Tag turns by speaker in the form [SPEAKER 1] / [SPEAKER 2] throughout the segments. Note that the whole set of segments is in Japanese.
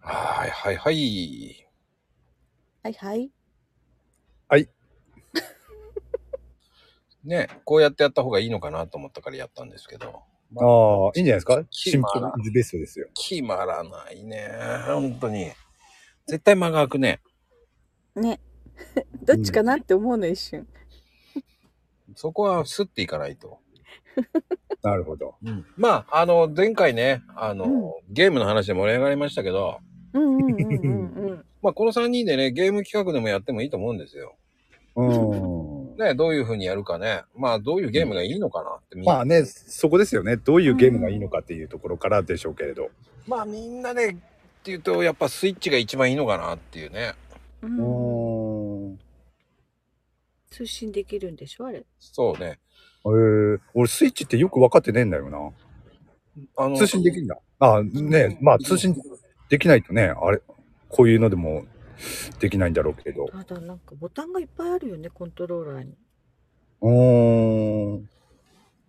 [SPEAKER 1] はいはいはい。
[SPEAKER 2] はいはい。
[SPEAKER 1] ね、こうやってやった方がいいのかなと思ったからやったんですけど。まあ、
[SPEAKER 3] ああ、いいんじゃないですかシンプ
[SPEAKER 1] まあ
[SPEAKER 3] ルイズベストですよ。
[SPEAKER 1] 決まらないね。本当に。絶対間が空くね。
[SPEAKER 2] ね。どっちかなって思うの一瞬。
[SPEAKER 1] そこはスッていかないと。
[SPEAKER 3] なるほど。
[SPEAKER 1] まあ、あの、前回ね、あの、
[SPEAKER 2] うん
[SPEAKER 1] ゲームの話で盛り上がりましたけど、
[SPEAKER 2] うんうんうんうんうん。
[SPEAKER 1] まあ、この3人でね、ゲーム企画でもやってもいいと思うんですよ。
[SPEAKER 3] うーん。
[SPEAKER 1] ね、どういう風にやるかね。まあ、どういうゲームがいいのかなってみんな
[SPEAKER 3] まあね、そこですよね。どういうゲームがいいのかっていうところからでしょうけれど。
[SPEAKER 1] まあみんなでって言うとやっぱスイッチが一番いいのかなっていうね
[SPEAKER 2] うん
[SPEAKER 3] うーん。
[SPEAKER 2] 通信できるんでしょあれ。
[SPEAKER 1] そうね
[SPEAKER 3] えー、俺スイッチってよく分かってねえんだよな。
[SPEAKER 1] あの
[SPEAKER 3] 通信できるんだ。ああ、ねまあ通信できないとね、あれ、こういうのでもできないんだろうけれど。
[SPEAKER 4] ただなんかボタンがいっぱいあるよねコントローラーに
[SPEAKER 3] うーん。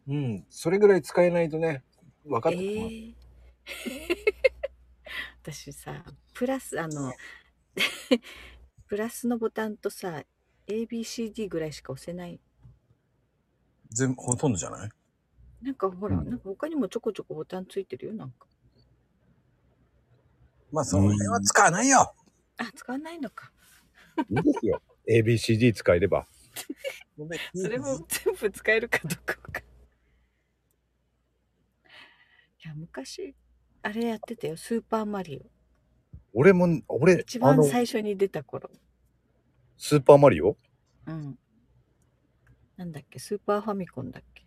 [SPEAKER 1] うんそれぐらい使えないとね分かってこない、
[SPEAKER 4] えー私さプラスあのプラスのボタンとさ ABCD ぐらいしか押せない
[SPEAKER 1] 全ほとんどじゃない
[SPEAKER 4] なんかほら、
[SPEAKER 3] うん
[SPEAKER 4] なんか他にもちょこちょこボタンついてるよなんか
[SPEAKER 1] まあその辺は使わないよ
[SPEAKER 4] あ使わないのか
[SPEAKER 3] いいですよ。ABCD 使えれば。
[SPEAKER 4] それも全部使えるかどうかわかんいや昔あれやってたよスーパーマリ
[SPEAKER 3] 俺も、
[SPEAKER 4] オ
[SPEAKER 3] 俺
[SPEAKER 4] 一、
[SPEAKER 3] あ
[SPEAKER 4] 番
[SPEAKER 3] の、
[SPEAKER 4] 最初に出た頃
[SPEAKER 3] スーパーマリオ
[SPEAKER 4] うん。なんだっけ、スーパーファミコンだっけ。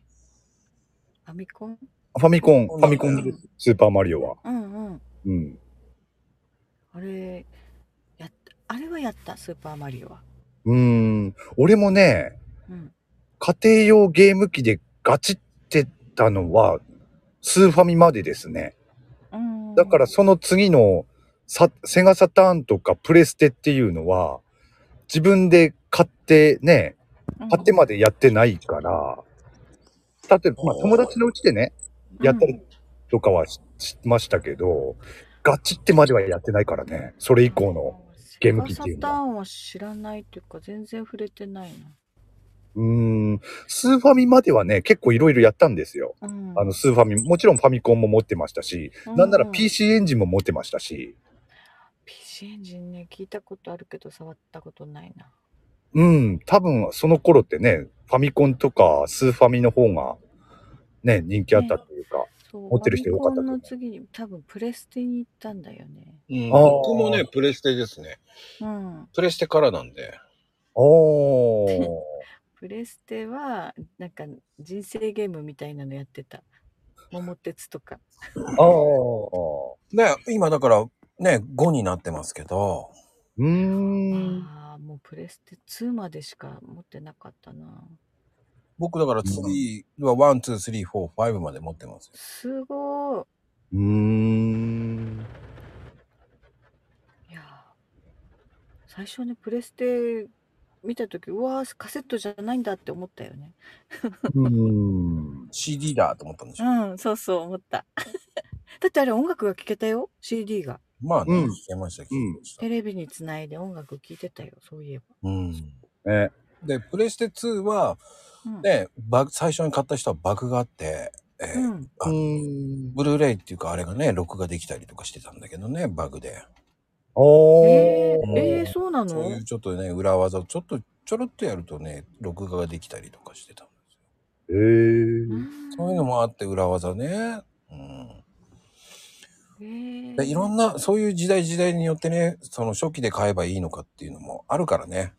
[SPEAKER 4] ファミコン
[SPEAKER 3] ファミコン、ファミコンです。スーパーマリオは。
[SPEAKER 4] うんうん。
[SPEAKER 3] うん。
[SPEAKER 4] あれ、やった、あれはやった、スーパーマリオは。
[SPEAKER 3] うーん。俺もね、
[SPEAKER 4] うん。
[SPEAKER 3] 家庭用ゲーム機でガチってたのは、スーファミまでですね。
[SPEAKER 4] うん
[SPEAKER 3] だから、その次のサ、セガサターンとかプレステっていうのは、自分で買ってね、買ってまでやってないから、例えば、まあ友達のうちでね、
[SPEAKER 4] うん
[SPEAKER 3] やったりとかはししましたけど、ガチってまではやってないからね、それ以降の。。ゲーム機っていうのは
[SPEAKER 4] サターンは知らないっていうか、全然触れてない
[SPEAKER 3] うーん、スーファミまではね、結構いろいろやったんですよ。
[SPEAKER 4] な。うん。
[SPEAKER 3] あの、スーファミ、もちろんファミコンも持ってましたし、
[SPEAKER 4] う
[SPEAKER 3] なんなら。PC エンジンも持ってましたし、
[SPEAKER 4] PC エンジンね、聞いたことあるけど、触ったことないな。
[SPEAKER 3] うん、多分その頃ってね、ファミコンとかスーファミの方が、ね、人気あったというか、
[SPEAKER 4] そう
[SPEAKER 3] 持ってる人多かっ
[SPEAKER 4] ファ
[SPEAKER 3] たと
[SPEAKER 4] ミ
[SPEAKER 3] 思
[SPEAKER 4] コ
[SPEAKER 3] う
[SPEAKER 4] ンの次に、多分プレステに行ったんだよね。
[SPEAKER 1] うん、
[SPEAKER 3] あー
[SPEAKER 1] 僕もねプレステですね
[SPEAKER 4] うん。
[SPEAKER 1] プレステからなんで
[SPEAKER 3] おー、
[SPEAKER 4] プレステはなんか人生ゲームみたいなのやってた桃鉄とか
[SPEAKER 3] あー、
[SPEAKER 1] ね今だからね5になってますけど
[SPEAKER 3] うーん、
[SPEAKER 4] ああもうプレステ2までしか持ってなかったな
[SPEAKER 1] 僕だから3は12345まで持ってますよ
[SPEAKER 4] すご
[SPEAKER 3] うーん、
[SPEAKER 4] いいやー最初ねプレステ見た時うわーカセットじゃないんだって思ったよね
[SPEAKER 3] うーん、
[SPEAKER 1] CD だと思ったんでしょ、
[SPEAKER 4] うんそうそう思った だってあれ音楽が聴けたよ CD が
[SPEAKER 1] まあね、
[SPEAKER 3] うん
[SPEAKER 1] 聞けました聞けました
[SPEAKER 4] テレビにつないで音楽聴いてたよそういえば、
[SPEAKER 1] うん
[SPEAKER 3] ね、
[SPEAKER 1] でプレステ2は
[SPEAKER 4] うん
[SPEAKER 1] ね、バグ最初に買った人はバグがあって、えー
[SPEAKER 4] うん、
[SPEAKER 1] あのブルーレイっていうかあれがね、録画できたりとかしてたんだけどね、バグで。
[SPEAKER 3] おー、
[SPEAKER 4] えー、えーそうな
[SPEAKER 1] そう
[SPEAKER 4] の
[SPEAKER 1] いうちょっとね、裏技をちょっとちょろっとやるとね、録画ができたりとかしてたんですよ。
[SPEAKER 3] えー、
[SPEAKER 1] そういうのもあって裏技ね。うん、でいろ
[SPEAKER 4] な、
[SPEAKER 1] んな、そういう時代時代によってね、その初期で買えばいいのかっていうのもあるからね。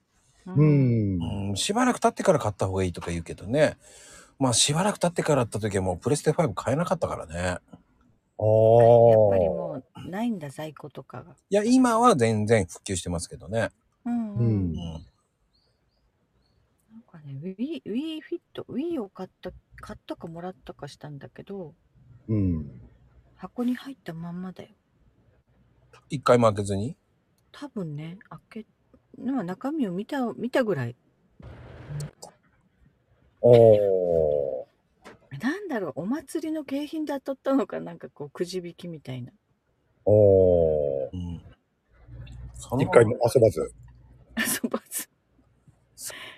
[SPEAKER 3] うー
[SPEAKER 4] うん
[SPEAKER 3] ん、
[SPEAKER 1] うん、しばらく経ってから買った方がいいとか言うけどね。まあしばらく経ってからだった時はもうプレステ5買えなかったからね。
[SPEAKER 3] あ
[SPEAKER 4] やっぱり
[SPEAKER 3] ー、
[SPEAKER 4] もうないんだ在庫とかが。
[SPEAKER 1] いや、今は全然復旧してますけどね。
[SPEAKER 4] うん
[SPEAKER 3] う
[SPEAKER 1] うんん
[SPEAKER 4] なんかね Wii Wii フィット Wii を買った買ったかもらったかしたんだけど
[SPEAKER 3] うん。
[SPEAKER 4] 箱に入ったまんまだよ。
[SPEAKER 1] 一回も開けずに
[SPEAKER 4] 多分ね開けまあ中身を見た見たぐらい。
[SPEAKER 3] おー。
[SPEAKER 4] なんだろうお祭りの 景品で当たったのかなんかこうくじ引きみたいな。
[SPEAKER 3] おー。
[SPEAKER 1] うんその
[SPEAKER 3] 一回も遊ばず。
[SPEAKER 4] 遊ばず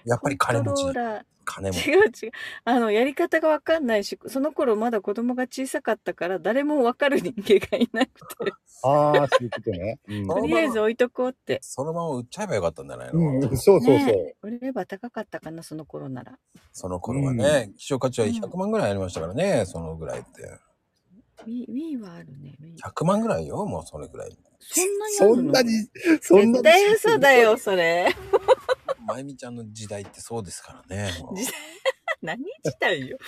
[SPEAKER 1] やっぱり金持
[SPEAKER 4] コン
[SPEAKER 1] ち
[SPEAKER 4] トロー。ラー
[SPEAKER 1] 金持ち。
[SPEAKER 4] 違う違うあのやり方がわかんないしその頃まだ子供が小さかったから誰もわかる人間がいなく て
[SPEAKER 3] ああ、そういうこと ね。うん
[SPEAKER 1] あ
[SPEAKER 4] とりあえず置いとこうって
[SPEAKER 1] そのまま売っちゃえばよかったんじゃないの、
[SPEAKER 3] うん、そうそう
[SPEAKER 4] ね
[SPEAKER 3] そう。
[SPEAKER 4] 売れれば高かったかなその頃なら
[SPEAKER 1] その頃はね、希少価値は100万ぐらいありましたからね、そのぐらいって。
[SPEAKER 4] ウィウィはあるねウィ
[SPEAKER 1] 100万ぐらいよ、もうそれぐらい。
[SPEAKER 4] そんなにあ
[SPEAKER 3] そ
[SPEAKER 4] る
[SPEAKER 3] ん
[SPEAKER 4] の
[SPEAKER 3] なに、そんな
[SPEAKER 4] 絶
[SPEAKER 3] に。
[SPEAKER 4] 対嘘だよそれ
[SPEAKER 1] まゆみちゃんの時代ってそうですからね。もう
[SPEAKER 4] 時代何自 体よ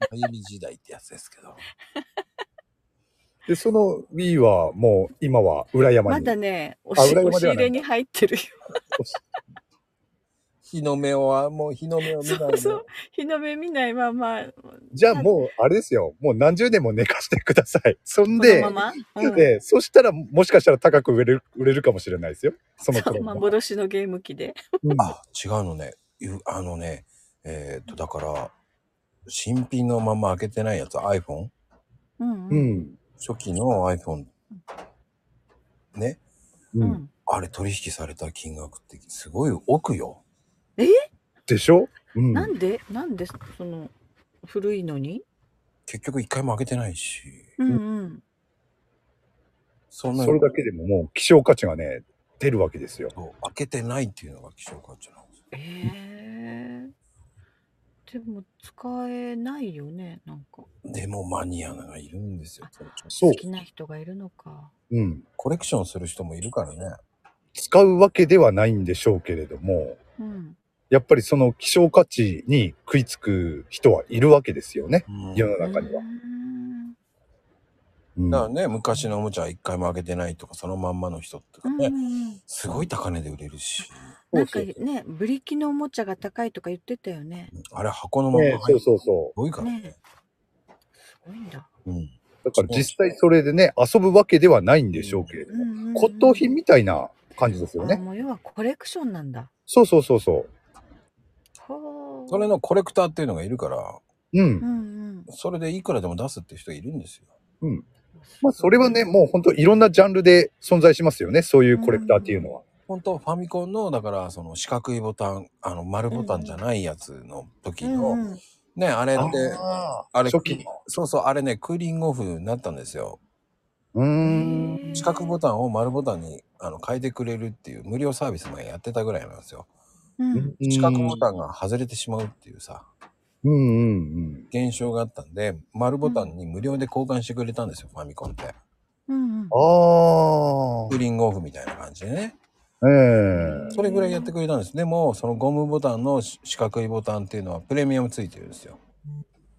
[SPEAKER 1] まゆみ時代ってやつですけど。
[SPEAKER 3] で、その Wii はもう今は裏山
[SPEAKER 4] ま
[SPEAKER 3] に。
[SPEAKER 4] だね押し
[SPEAKER 3] 裏山ではないん
[SPEAKER 4] 押し入れに
[SPEAKER 3] だ
[SPEAKER 4] 入ってるよ
[SPEAKER 1] 日の目は、もう日の目を見ない
[SPEAKER 4] そうそう
[SPEAKER 1] の。
[SPEAKER 4] 日の目見ないまま
[SPEAKER 3] じゃあもう、あれですよ。もう何十年も寝かしてください。そん
[SPEAKER 4] この
[SPEAKER 3] で、
[SPEAKER 4] まま、うん
[SPEAKER 3] でそしたらもしかしたら高く売れる売れるかもしれないですよ。その
[SPEAKER 4] そう
[SPEAKER 3] 頃も
[SPEAKER 4] 幻のゲーム機で
[SPEAKER 3] うん
[SPEAKER 1] あ、違うのね。ゆあのね、えーっと、だから、新品のまま開けてないやつ、iPhone?
[SPEAKER 4] うん
[SPEAKER 3] う
[SPEAKER 4] うん
[SPEAKER 3] ん。
[SPEAKER 1] 初期の iPhone。ね。
[SPEAKER 3] う。
[SPEAKER 4] うんん
[SPEAKER 1] あれ取引された金額ってすごい奥よ。
[SPEAKER 3] でしょうん。
[SPEAKER 4] なんでなんでその古いのに
[SPEAKER 1] 結局一回も開けてないし。
[SPEAKER 4] うんうん
[SPEAKER 1] そんな
[SPEAKER 3] それだけでももう希少価値がね、出るわけですよ。
[SPEAKER 1] そう開けてないっていうのが希少価値なんですよ。
[SPEAKER 4] えー、でも使えないよねなんか
[SPEAKER 1] でもマニアがいるんですよ。
[SPEAKER 3] そう
[SPEAKER 4] 好。きな人がいるのか
[SPEAKER 3] うん。
[SPEAKER 1] コレクションする人もいるからね。
[SPEAKER 3] 使うわけではないんでしょうけれども、
[SPEAKER 4] うん
[SPEAKER 3] やっぱりその希少価値に食いつく人はいるわけですよね。世の
[SPEAKER 1] だ
[SPEAKER 3] 中には
[SPEAKER 4] う。ん
[SPEAKER 3] うん
[SPEAKER 1] からね、昔のおもちゃは一回も開けてないとか、そのまんまの人とか
[SPEAKER 4] うん
[SPEAKER 1] ね、
[SPEAKER 4] うん
[SPEAKER 1] すごい高値で売れるし、
[SPEAKER 4] なんかねブリキのおもちゃが高いとか言ってたよね
[SPEAKER 1] あれ箱のまんま
[SPEAKER 3] ね
[SPEAKER 1] 入、
[SPEAKER 3] そう
[SPEAKER 1] るす
[SPEAKER 3] そうそ
[SPEAKER 1] ごいからね。
[SPEAKER 4] ねすごいんだ
[SPEAKER 1] うん。
[SPEAKER 3] う。だから実際それでね、遊ぶわけではないんでしょうけれど
[SPEAKER 4] うん
[SPEAKER 3] も、
[SPEAKER 4] うんうん
[SPEAKER 3] 骨董品みたいな感じですよ
[SPEAKER 4] あ
[SPEAKER 3] ね。
[SPEAKER 4] もう要はコレクションなんだ
[SPEAKER 3] そうそうそうそ
[SPEAKER 4] ほー
[SPEAKER 1] それのコレクターっていうのがいるから、
[SPEAKER 3] う。
[SPEAKER 4] う
[SPEAKER 3] う。
[SPEAKER 4] んんうん
[SPEAKER 1] それでいくらでも出すっていう人いるんですよ。
[SPEAKER 3] うん。まあそれはね、もう本当いろんなジャンルで存在しますよね。そういうコレクターっていうのは。
[SPEAKER 1] 本当ファミコンの、だから、その四角いボタン、あの、丸ボタンじゃないやつの時の、
[SPEAKER 4] うんうん
[SPEAKER 1] ね、あれって、
[SPEAKER 3] あー
[SPEAKER 1] あれ
[SPEAKER 3] 初期の。
[SPEAKER 1] そうそう、あれね、クーリングオフになったんですよ。
[SPEAKER 3] うーん。
[SPEAKER 4] へー
[SPEAKER 1] 四角ボタンを丸ボタンにあの変えてくれるっていう無料サービスもやってたぐらいなんですよ。
[SPEAKER 4] うん
[SPEAKER 1] 四角ボタンが外れてしまうっていうさ、
[SPEAKER 3] うんうんうん。
[SPEAKER 1] 現象があったんで、丸ボタンに無料で交換してくれたんですよ、ファミコンって。
[SPEAKER 4] うんうん
[SPEAKER 3] あ
[SPEAKER 1] クーリングオフみたいな感じでね。
[SPEAKER 3] あ。ええ
[SPEAKER 1] それぐらいやってくれたんです。でも、そのゴムボタンのし四角いボタンっていうのはプレミアムついてるんですよ。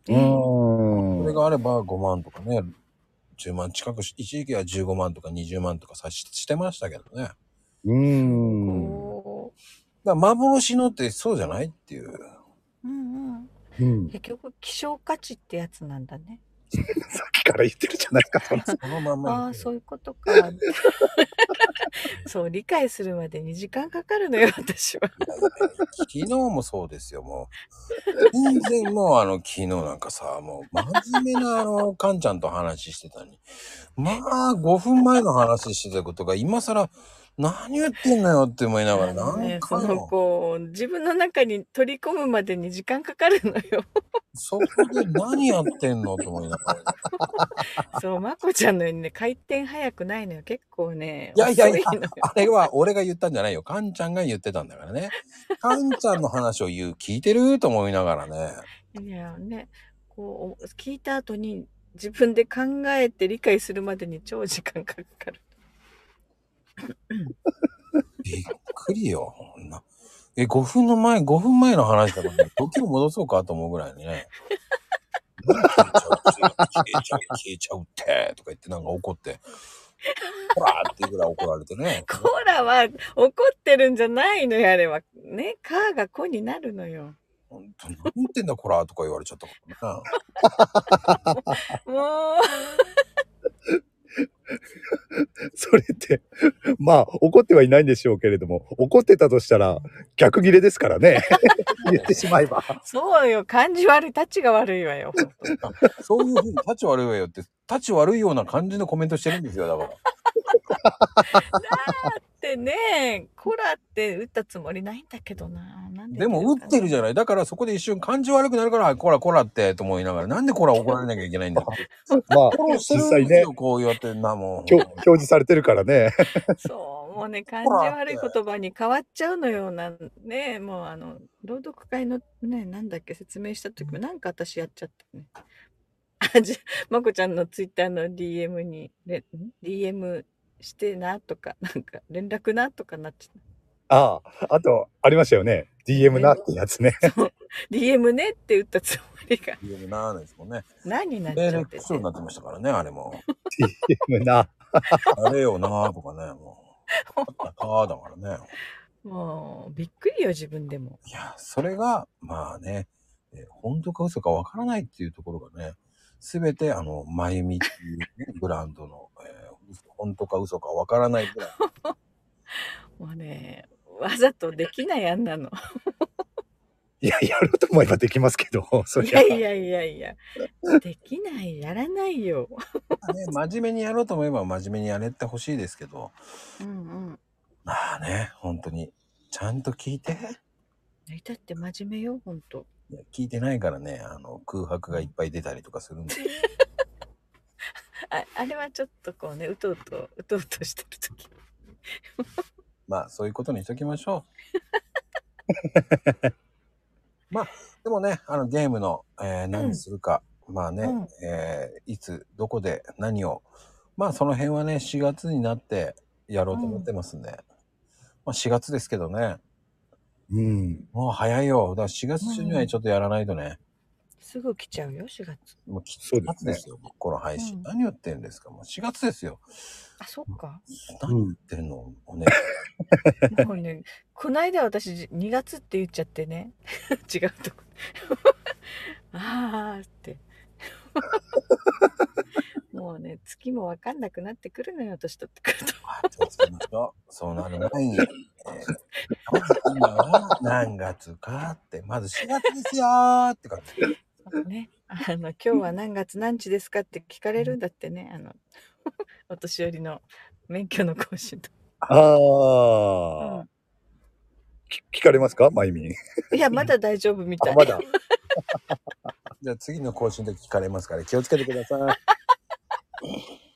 [SPEAKER 3] うーん。
[SPEAKER 1] それがあれば5万とかね、10万近くし、一時期は15万とか20万とかさししてましたけどね。だか
[SPEAKER 3] うーん。
[SPEAKER 4] こ
[SPEAKER 1] ら幻のってそうじゃないっていう。
[SPEAKER 4] ううんうん
[SPEAKER 3] うん。
[SPEAKER 4] 結局希少価値ってやつなんだね。
[SPEAKER 3] さっきから言ってるじゃないですか、それ
[SPEAKER 1] そのまんま。
[SPEAKER 4] ああそういうことか。そう理解するまでに時間かかるのよ私は。
[SPEAKER 1] いやいやいや昨日もそうですよ、もう。全然もうあの、昨日なんかさ、もう真面目なあの、カンちゃんと話してたのに。まあ、5分前の話してたことが、今更、何言ってんのよって思いながら、
[SPEAKER 4] あの
[SPEAKER 1] 何
[SPEAKER 4] ねそ
[SPEAKER 1] 回
[SPEAKER 4] の
[SPEAKER 1] も。
[SPEAKER 4] こう自分の中に取り込むまでに時間かかるのよ。
[SPEAKER 1] そこで何やってんのと思いながら。
[SPEAKER 4] そうまこちゃんのようにね回転早くないのよ結構ね。
[SPEAKER 1] いやいやいや
[SPEAKER 4] 遅のよ、
[SPEAKER 1] あれは俺が言ったんじゃないよ。カンちゃんが言ってたんだからね。カンちゃんの話を言う、聞いてると思いながらね。
[SPEAKER 4] いやねこう聞いた後に自分で考えて理解するまでに超時間かかる。
[SPEAKER 1] びっくりよ。ほんなえ、5分の前、5分前の話だからね、 時を戻そうかと思うぐらいにね。消えちゃう、消えちゃう、消えちゃうって、とか言ってなんか怒って、ほらーっていうぐらい怒られてね。
[SPEAKER 4] コーラは怒ってるんじゃないのよ、あれは。ね、カーが子になるのよ。
[SPEAKER 1] 本当に何言ってんだ、こらーとか言われちゃったからな。
[SPEAKER 4] も
[SPEAKER 3] それって、まあ、怒ってはいないんでしょうけれども、怒ってたとしたら、逆切れですからね。 言ってしまえば。
[SPEAKER 4] う、そうよ、感じ悪い、たちが悪い わよ。ほんと
[SPEAKER 1] そういうふうに、立ち悪いわよって、立ち悪いような感じのコメントしてるんですよ、だから。
[SPEAKER 4] でってね、コラって打ったつもりないんだけどな。なん
[SPEAKER 1] でも打ってるじ
[SPEAKER 4] ゃ
[SPEAKER 1] ゃない。だからそこで一瞬感じ悪くなるから、こらこらってと思いながら、なんでこら怒られなきゃいけないんだって。
[SPEAKER 3] まあ、
[SPEAKER 1] フォローして
[SPEAKER 3] 実
[SPEAKER 1] る
[SPEAKER 3] 際
[SPEAKER 1] んです
[SPEAKER 3] ね
[SPEAKER 1] よ、、こうやってんな、もう。
[SPEAKER 3] 表表示されてるからね。
[SPEAKER 4] ん。そう、もうね、感じ悪い言葉に変わっちゃうのよ。なんね、もうあの、朗読会のね、なんだっけ、説明した時も、なんか私やっちゃったね。あ、じゃ、まこちゃんのツイッターの DM に、れん DM してなとか、なんか連絡なとかなっちゃった。
[SPEAKER 3] ああ、あと、ありましたよね。DM なってやつね。
[SPEAKER 4] DM ねって打ったつもり が
[SPEAKER 1] 言うなーですもんね。
[SPEAKER 4] 何になっち
[SPEAKER 1] メ
[SPEAKER 4] ゃ
[SPEAKER 1] ール
[SPEAKER 4] って
[SPEAKER 1] ク
[SPEAKER 4] て
[SPEAKER 1] ソになってましたからね、あれも。
[SPEAKER 3] DM な。
[SPEAKER 1] あれよなーとかね、もう。あったかーだからね。
[SPEAKER 4] もうびっくりよ自分でも
[SPEAKER 1] いや、それが、まあね、えー本当か嘘かわからないっていうところがね、すべて、あの、まゆみっていう、ね、 ブランドの、えー本当か嘘かわからないぐらい。
[SPEAKER 4] もうねわざとできないあんなの
[SPEAKER 3] いや、やろうと思えばできますけど、そ
[SPEAKER 4] い
[SPEAKER 3] りゃ
[SPEAKER 4] や。いやいやいやできないやらないよ
[SPEAKER 1] ね、真面目にやろうと思えば真面目にやれってほしいですけど、
[SPEAKER 4] うんうん
[SPEAKER 1] まあね、本当に、ちゃんと聞いて。
[SPEAKER 4] だって真面目よほんと
[SPEAKER 1] いや聞いてないからね、あの、空白がいっぱい出たりとかするんで。
[SPEAKER 4] ああれはちょっとこうねうとうとうとうとしてる時
[SPEAKER 1] まあ、そういうことにしときましょう。まあ、でもね、あの、ゲームの、えー何するか、まあね、
[SPEAKER 4] うん
[SPEAKER 1] えーいつ、どこで、何を、まあ、その辺はね、4月になってやろうと思ってますんで、まあ、4月ですけどね、
[SPEAKER 3] うん。
[SPEAKER 1] もう早いよ。だから4月中にはちょっとやらないとね、
[SPEAKER 4] すぐ来ちゃうよ4月
[SPEAKER 1] もうき
[SPEAKER 3] そう
[SPEAKER 1] 4
[SPEAKER 3] です
[SPEAKER 1] 月
[SPEAKER 3] ね
[SPEAKER 1] ですよ、この配信。
[SPEAKER 4] うん
[SPEAKER 1] 何言ってんですか、もう4月ですよ。
[SPEAKER 4] あそっか
[SPEAKER 1] 何言ってんの、おね、
[SPEAKER 4] もうねこないだ私じ2月って言っちゃってね 違うとこ ああって もうね月も分かんなくなってくるのよ年取ってくると
[SPEAKER 1] 気をつけましょう。そうなる前に。えー今は何月かって、まず4月ですよーって感じ。
[SPEAKER 4] なんかねあの今日は何月何日ですかって聞かれるんだってねあ のお年寄りの免許の更新と、
[SPEAKER 3] ああ、き聞かれますかまゆみん。
[SPEAKER 4] いやまだ大丈夫みた
[SPEAKER 3] あ、
[SPEAKER 4] い
[SPEAKER 3] まだ。
[SPEAKER 1] じゃあ次の更新で聞かれますから気をつけてください。